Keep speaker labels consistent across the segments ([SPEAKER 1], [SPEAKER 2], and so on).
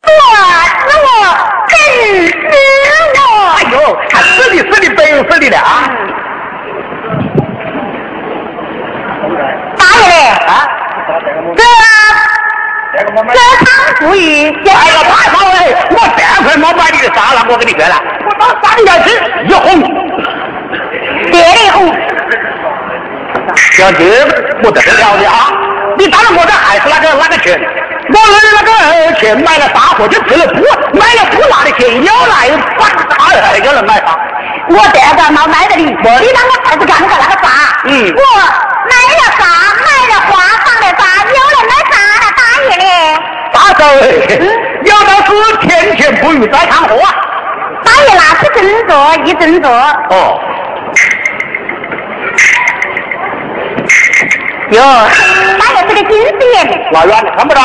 [SPEAKER 1] 哎啊啊哎
[SPEAKER 2] 哎
[SPEAKER 1] 砸了，我给你学来。
[SPEAKER 2] 我当三
[SPEAKER 1] 下去，一哄，
[SPEAKER 2] 别的红，
[SPEAKER 1] 小姐不得了了啊！你当然我这还是那个那个钱，我拿那个呃钱买了大货就吃了布，买了布拿的钱又来把大二又能买啥？
[SPEAKER 2] 我这个没买的你，你当我才是干个那个啥？
[SPEAKER 1] 嗯
[SPEAKER 2] 我买了啥？买了花，放了啥？有人买啥嗯了？大爷嘞！
[SPEAKER 1] 大嫂，有道是天天不与在看货啊！
[SPEAKER 2] 大爷拿去斟酌一斟酌。
[SPEAKER 1] 哦，
[SPEAKER 2] 哟，大爷是个近视眼的，
[SPEAKER 1] 老远的看不到，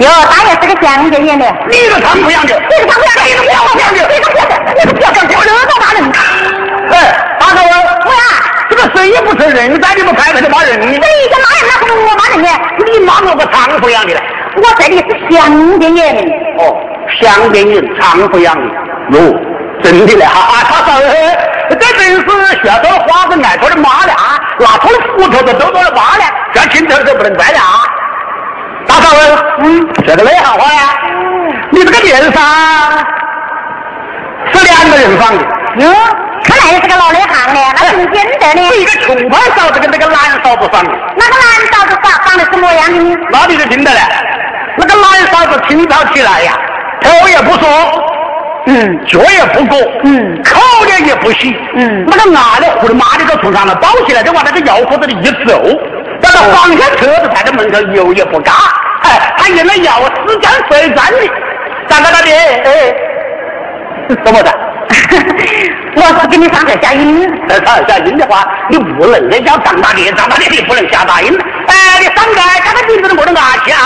[SPEAKER 2] 哟，大爷是个乡间眼的，
[SPEAKER 1] 你都看不样的，
[SPEAKER 2] 这个乡间眼的，这个乡间眼的，这个乡间眼的，这个乡间眼的，这个乡间眼的，
[SPEAKER 1] 哎，大嫂啊，
[SPEAKER 2] 我呀，
[SPEAKER 1] 这个生意不成人在，你们拍拍的骂人呢，
[SPEAKER 2] 这一个哪人那个我骂人的，
[SPEAKER 1] 你骂我个长不样的嘞！
[SPEAKER 2] 我这里是乡间眼的，
[SPEAKER 1] 哦，乡间人长不样的，哟，真的嘞哈！啊，他说呃这真是小偷花子挨头的妈了啊，拿头斧头的都到了妈了，这亲头是不能摘的啊！大嫂，
[SPEAKER 2] 啊
[SPEAKER 1] 嗯，这个内行话呀，你这个脸上是两个人放的，
[SPEAKER 2] 哟，看来是个老内行的，那挺见得
[SPEAKER 1] 是一
[SPEAKER 2] 的，
[SPEAKER 1] 哎个穷胖嫂子跟那个懒嫂子放的，
[SPEAKER 2] 那个男嫂子长长得什么样的呢？
[SPEAKER 1] 哪里就听得嘞？那个懒嫂子清早起来呀，头也不梳，
[SPEAKER 2] 嗯，
[SPEAKER 1] 脚也不裹，
[SPEAKER 2] 嗯
[SPEAKER 1] 口呢也不洗，
[SPEAKER 2] 嗯
[SPEAKER 1] 那个男的糊的妈的都从上头抱起来，就往那个窑锅子里一走，那个方向车子在这门口油也不干，哎，他原来窑是干水站的，站在那里，哎， 是什么的？
[SPEAKER 2] 我是给你上个下音，
[SPEAKER 1] 呃，他下阴的话，你无能的要长大的，长大的你不能下大阴，哎，你上街看个镜子都没得牙去啊。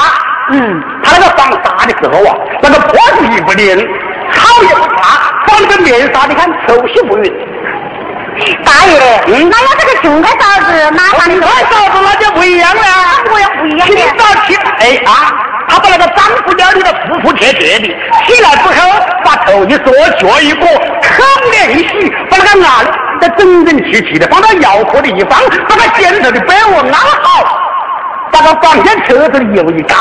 [SPEAKER 2] 嗯，
[SPEAKER 1] 他那个纺纱的时候啊，那个破是一不连，好也不差，纺那个棉纱，你看丑些不匀。
[SPEAKER 2] 大爷嘞，
[SPEAKER 1] 嗯
[SPEAKER 2] 那要这个穷个嫂子，哪
[SPEAKER 1] 那
[SPEAKER 2] 上
[SPEAKER 1] 你
[SPEAKER 2] 的
[SPEAKER 1] 二嫂子那就不一样了，
[SPEAKER 2] 啊我也不一样
[SPEAKER 1] 清
[SPEAKER 2] 的。
[SPEAKER 1] 早起来啊，她把那个丈夫撩的服服帖帖的，起来之后把头一缩，脚一裹，口脸一洗，把那个男的整整齐齐的放到窑锅里一放，把那肩头的被窝拉好。把那房间车子里油一嘎，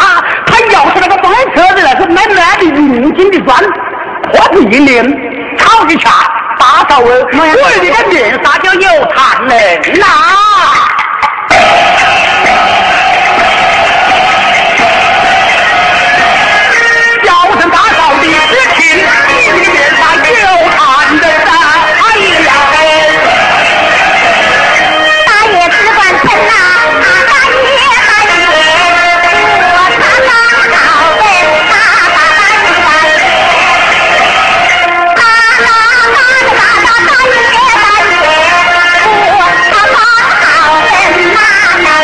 [SPEAKER 1] 他要是那个房间车子来是慢慢的匀劲的转，破皮一拧，炒一下，打扫哦，我的个面纱就有弹力啦！叫声打扫的之前，你的面纱有弹的啦！哎呀嘿！
[SPEAKER 2] 大爷只管称呐，大爷大爷，我看呐好呗，大大大爷大爷，大大大大大大爷大爷，我看呐好呗，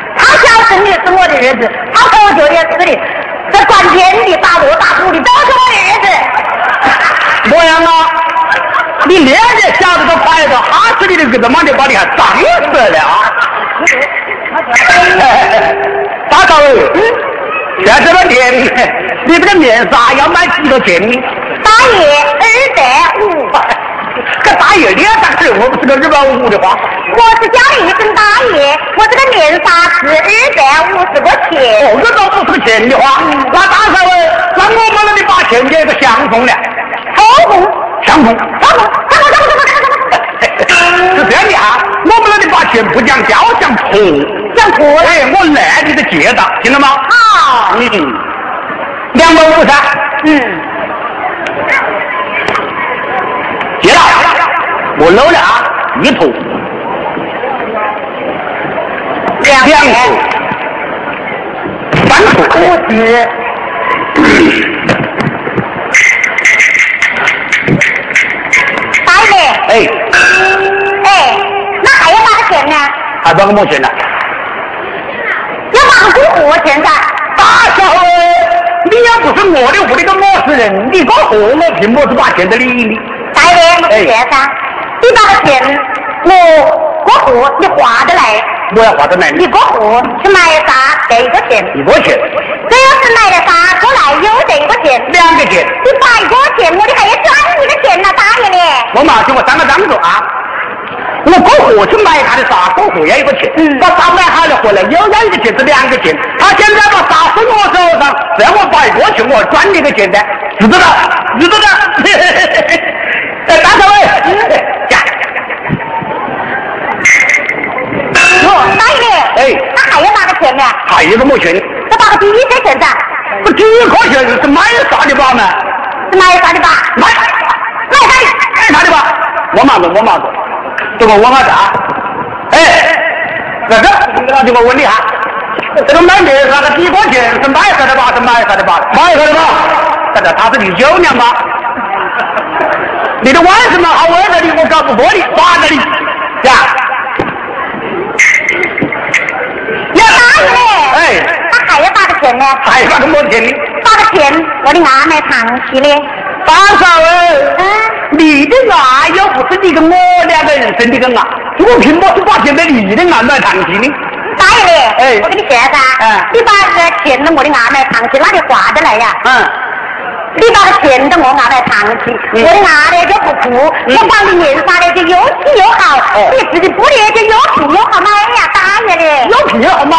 [SPEAKER 2] 子，他和我九爷死的，这管田的、大锣大鼓的都是我儿子。
[SPEAKER 1] 莫阳啊，你连着下子都快到哈斯里的怎么的把你还脏死了啊！ 大少爷，这这个脸，你这个面纱要买几多钱呢？
[SPEAKER 2] 大爷，二百五。
[SPEAKER 1] 这大爷脸大个我不是个日本五的话，
[SPEAKER 2] 我是叫一声大爷，我这个面纱是二百五十块钱。
[SPEAKER 1] 哦我这都不是钱的话，那大少爷，那我们那里把钱给个相公了，
[SPEAKER 2] 好红。
[SPEAKER 1] 相公。
[SPEAKER 2] 老虎，老虎，老 虎，
[SPEAKER 1] 是这样的啊，我们那里把钱不讲交，讲婆。
[SPEAKER 2] 老虎，老虎，
[SPEAKER 1] 哎，我来你的结的，听到吗？
[SPEAKER 2] 好，
[SPEAKER 1] 嗯，两百五十，
[SPEAKER 2] 嗯，
[SPEAKER 1] 结了，我搂了啊，一头，
[SPEAKER 2] 两
[SPEAKER 1] 两头
[SPEAKER 2] 百，
[SPEAKER 1] 三头，
[SPEAKER 2] 五十，大爷，
[SPEAKER 1] 哎，
[SPEAKER 2] 哎，那还要哪个钱呢？
[SPEAKER 1] 还多少毛钱呢？
[SPEAKER 2] 要哪个我钱的？
[SPEAKER 1] 大少爷，你要不是我的屋里个陌生人，你搞和我凭么子把钱的理你？
[SPEAKER 2] 大爷，我是学生，你那个钱我过户你划得来，
[SPEAKER 1] 我要花到哪
[SPEAKER 2] 你
[SPEAKER 1] 里？
[SPEAKER 2] 过户去买啥给一个钱，
[SPEAKER 1] 一个钱，
[SPEAKER 2] 这要是买了啥过来又得一个钱。
[SPEAKER 1] 两个钱，
[SPEAKER 2] 你百块钱，我的还要赚你的钱呢，大爷嘞！
[SPEAKER 1] 我马上我三个张子啊。我过火去买他的纱，过火要一个钱，把纱买好了回来又要一个钱，是两个钱。他现在把纱送我手上，只要我摆过去，我赚你个钱的，知道了，知道了。哎，大少爷，呀，
[SPEAKER 2] 我大爷嘞，
[SPEAKER 1] 哎
[SPEAKER 2] 那还要哪个钱呢？
[SPEAKER 1] 还有一个没钱，
[SPEAKER 2] 这哪个第一块钱的？
[SPEAKER 1] 不几块钱是买啥的吧嘛？
[SPEAKER 2] 是哪一家的吧？
[SPEAKER 1] 买，买啥？买啥的吧？我忙着，我忙着，这个我忙着啊。哎，那个，那就我问你啊，这个买面啥的，几块钱是买啥的吧？是买啥的吧？买啥的吧？这个她是你舅娘吗？你的外甥嘛，好外甥的，我搞不过你，妈的你，呀，呀，
[SPEAKER 2] 大爷嘞，
[SPEAKER 1] 哎，
[SPEAKER 2] 那还要哪个钱呢？
[SPEAKER 1] 还发个没钱呢？
[SPEAKER 2] 哪个钱？我的牙买糖吃嘞。
[SPEAKER 1] 大嫂哎。
[SPEAKER 2] 嗯，
[SPEAKER 1] 你的牙又不是你跟我两个人生的个牙，我凭么子把钱在你的牙买糖吃呢？
[SPEAKER 2] 大爷嘞，
[SPEAKER 1] 哎
[SPEAKER 2] 我跟你说噻，
[SPEAKER 1] 嗯
[SPEAKER 2] 你把这个钱的我的牙买糖吃，那你划得来呀？
[SPEAKER 1] 嗯，
[SPEAKER 2] 你把这钱的我拿来藏起，我
[SPEAKER 1] 嗯
[SPEAKER 2] 的牙呢就不哭，我把你脸上呢就又细又好，
[SPEAKER 1] 哦
[SPEAKER 2] 你自己不呢就又细又好嘛，哎呀，大爷嘞！
[SPEAKER 1] 要便宜好买，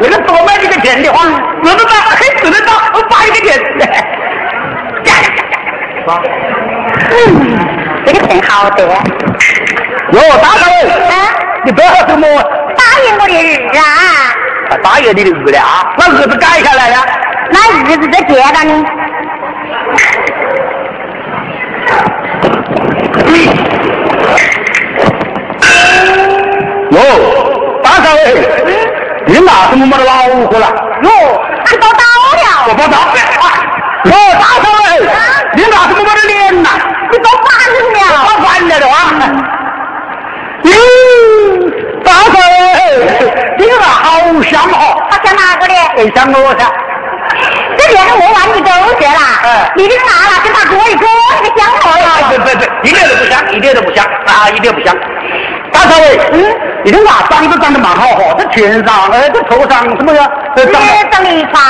[SPEAKER 1] 为了多买这个钱的话，值得到，很值得到，我把一个钱。
[SPEAKER 2] 嗯，这个很好的。
[SPEAKER 1] 哟，大少
[SPEAKER 2] 啊
[SPEAKER 1] 爷，，嗯你不要什么
[SPEAKER 2] 答应我的儿啊，
[SPEAKER 1] 大爷你的日了啊？那日子改下来了，
[SPEAKER 2] 那日子在结了呢。
[SPEAKER 1] 哟，大少爷，你哪是我们的老虎了？
[SPEAKER 2] 哟，俺都到
[SPEAKER 1] 我
[SPEAKER 2] 了，
[SPEAKER 1] 报道。哟，大少爷，你哪是我们的脸呐？
[SPEAKER 2] 你都反了。
[SPEAKER 1] 我翻了的啊！咦，大嫂，这个好香哦！
[SPEAKER 2] 他想哪个嘞？
[SPEAKER 1] 哎，香我噻。
[SPEAKER 2] 这连着我玩你都学了
[SPEAKER 1] 哎，
[SPEAKER 2] 你这个拿了跟他哥一哥那个相好
[SPEAKER 1] 哎，
[SPEAKER 2] 了。
[SPEAKER 1] 不不不，一点都不香，一点都不香啊，一点不香。大少爷，嗯，你这牙长得长得蛮好哈，这全上，呃，这头上什么呀？呃，
[SPEAKER 2] 你
[SPEAKER 1] 长得
[SPEAKER 2] 整理床，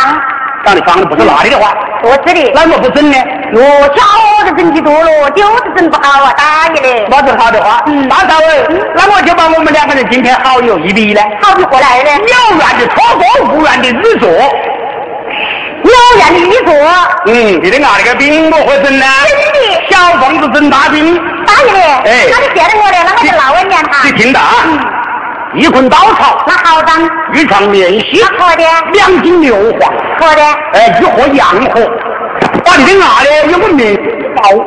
[SPEAKER 1] 长得长得不是哪里的话，
[SPEAKER 2] 我这里。
[SPEAKER 1] 那么不真呢？
[SPEAKER 2] 嗯我早就整的多了，就是整不好啊，大爷嘞！
[SPEAKER 1] 那是好的话，
[SPEAKER 2] 嗯
[SPEAKER 1] 大少爷，那我就把我们两个人今天好友一比呢，
[SPEAKER 2] 好不过来嘞，
[SPEAKER 1] 有缘的错过，无缘的日做。
[SPEAKER 2] 有人一坐，
[SPEAKER 1] 嗯，你的牙那个病我会整呢。
[SPEAKER 2] 真的，
[SPEAKER 1] 小房子生大病，
[SPEAKER 2] 大爷
[SPEAKER 1] 哎
[SPEAKER 2] 嘞，那你见到我嘞，那我就老问两他
[SPEAKER 1] 你，听着啊！一捆稻草，
[SPEAKER 2] 那好当，
[SPEAKER 1] 一场联系，
[SPEAKER 2] 那好的，
[SPEAKER 1] 两斤牛黄，
[SPEAKER 2] 好的，
[SPEAKER 1] 哎，一盒洋河，把你的牙呢有个面包，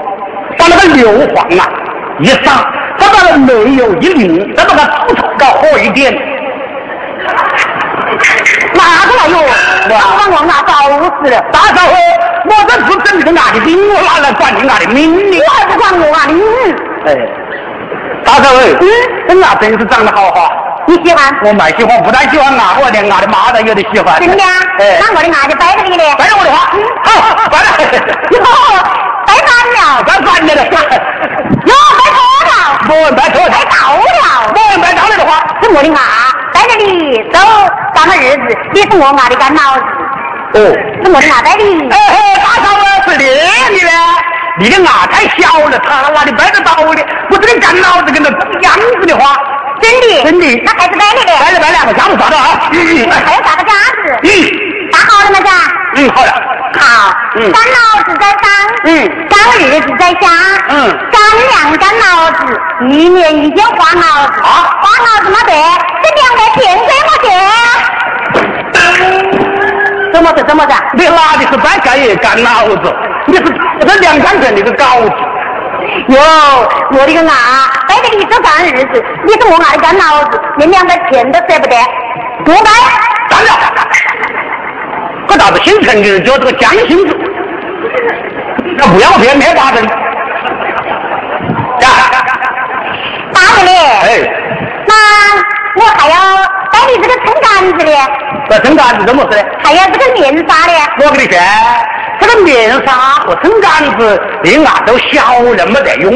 [SPEAKER 1] 把那个牛黄啊一撒，它把那没有一淋，它把它吐草搞厚一点。
[SPEAKER 2] 拿过来哟，
[SPEAKER 1] 哇
[SPEAKER 2] 刚刚我拿烧死了，
[SPEAKER 1] 大少爷，我这不挣你的牙的命，我哪来管你牙的命呢
[SPEAKER 2] 你？还不管我啊你？
[SPEAKER 1] 哎，大少爷，嗯，这牙真是长得好哈。
[SPEAKER 2] 你喜欢？
[SPEAKER 1] 我蛮喜欢，不但喜欢俺我的，俺的妈的也得喜欢。
[SPEAKER 2] 真的啊？
[SPEAKER 1] 哎，
[SPEAKER 2] 那我的俺就掰了给你嘞。
[SPEAKER 1] 白了我的话，好，白
[SPEAKER 2] 哟
[SPEAKER 1] 了，，
[SPEAKER 2] 掰翻了。
[SPEAKER 1] 白翻了的，
[SPEAKER 2] 哟，掰脱了，
[SPEAKER 1] 莫问白头的，
[SPEAKER 2] 掰倒了。
[SPEAKER 1] 莫问白头了的话，
[SPEAKER 2] 是我的俺，掰了你走，咱们日子你是我俺的干老子，
[SPEAKER 1] 哦，
[SPEAKER 2] 是啊我的俺掰的。
[SPEAKER 1] 哎嘿，大嫂我是你的嘞，你的俺太小了，他哪里白得到的？我这个干老子跟那样子的话，
[SPEAKER 2] 真的。
[SPEAKER 1] 真的哎
[SPEAKER 2] 那还是掰了
[SPEAKER 1] 白
[SPEAKER 2] 的。
[SPEAKER 1] 了白了，我想不啥的啊？
[SPEAKER 2] 还有啥个架子？
[SPEAKER 1] 嗯
[SPEAKER 2] 打好了吗？这？
[SPEAKER 1] 嗯，好了，
[SPEAKER 2] 好，
[SPEAKER 1] 嗯
[SPEAKER 2] 干老子在上，
[SPEAKER 1] 嗯，
[SPEAKER 2] 干儿子在下，
[SPEAKER 1] 嗯，
[SPEAKER 2] 干粮干老子，一年一件花老子，
[SPEAKER 1] 啊
[SPEAKER 2] 花老子没得，这两个钱给我钱。怎么子怎么子？
[SPEAKER 1] 你拉的是白干也干老子，你是这两干人你个高子。
[SPEAKER 2] 哟，我的个啊！白给你这干日子，你是我俺的干老子，连两个钱都舍不得，活
[SPEAKER 1] 嗯
[SPEAKER 2] 该！
[SPEAKER 1] 干了，这咋子姓陈的，叫这个江姓子，那不要脸没法子。呀，
[SPEAKER 2] 打你嘞！
[SPEAKER 1] 哎，
[SPEAKER 2] 那我还要白你这个撑杆子嘞，
[SPEAKER 1] 这陈杆子怎么事呢？
[SPEAKER 2] 还要这个棉纱嘞。
[SPEAKER 1] 我跟你说，这个面纱和陈杆子比俺都小了没得用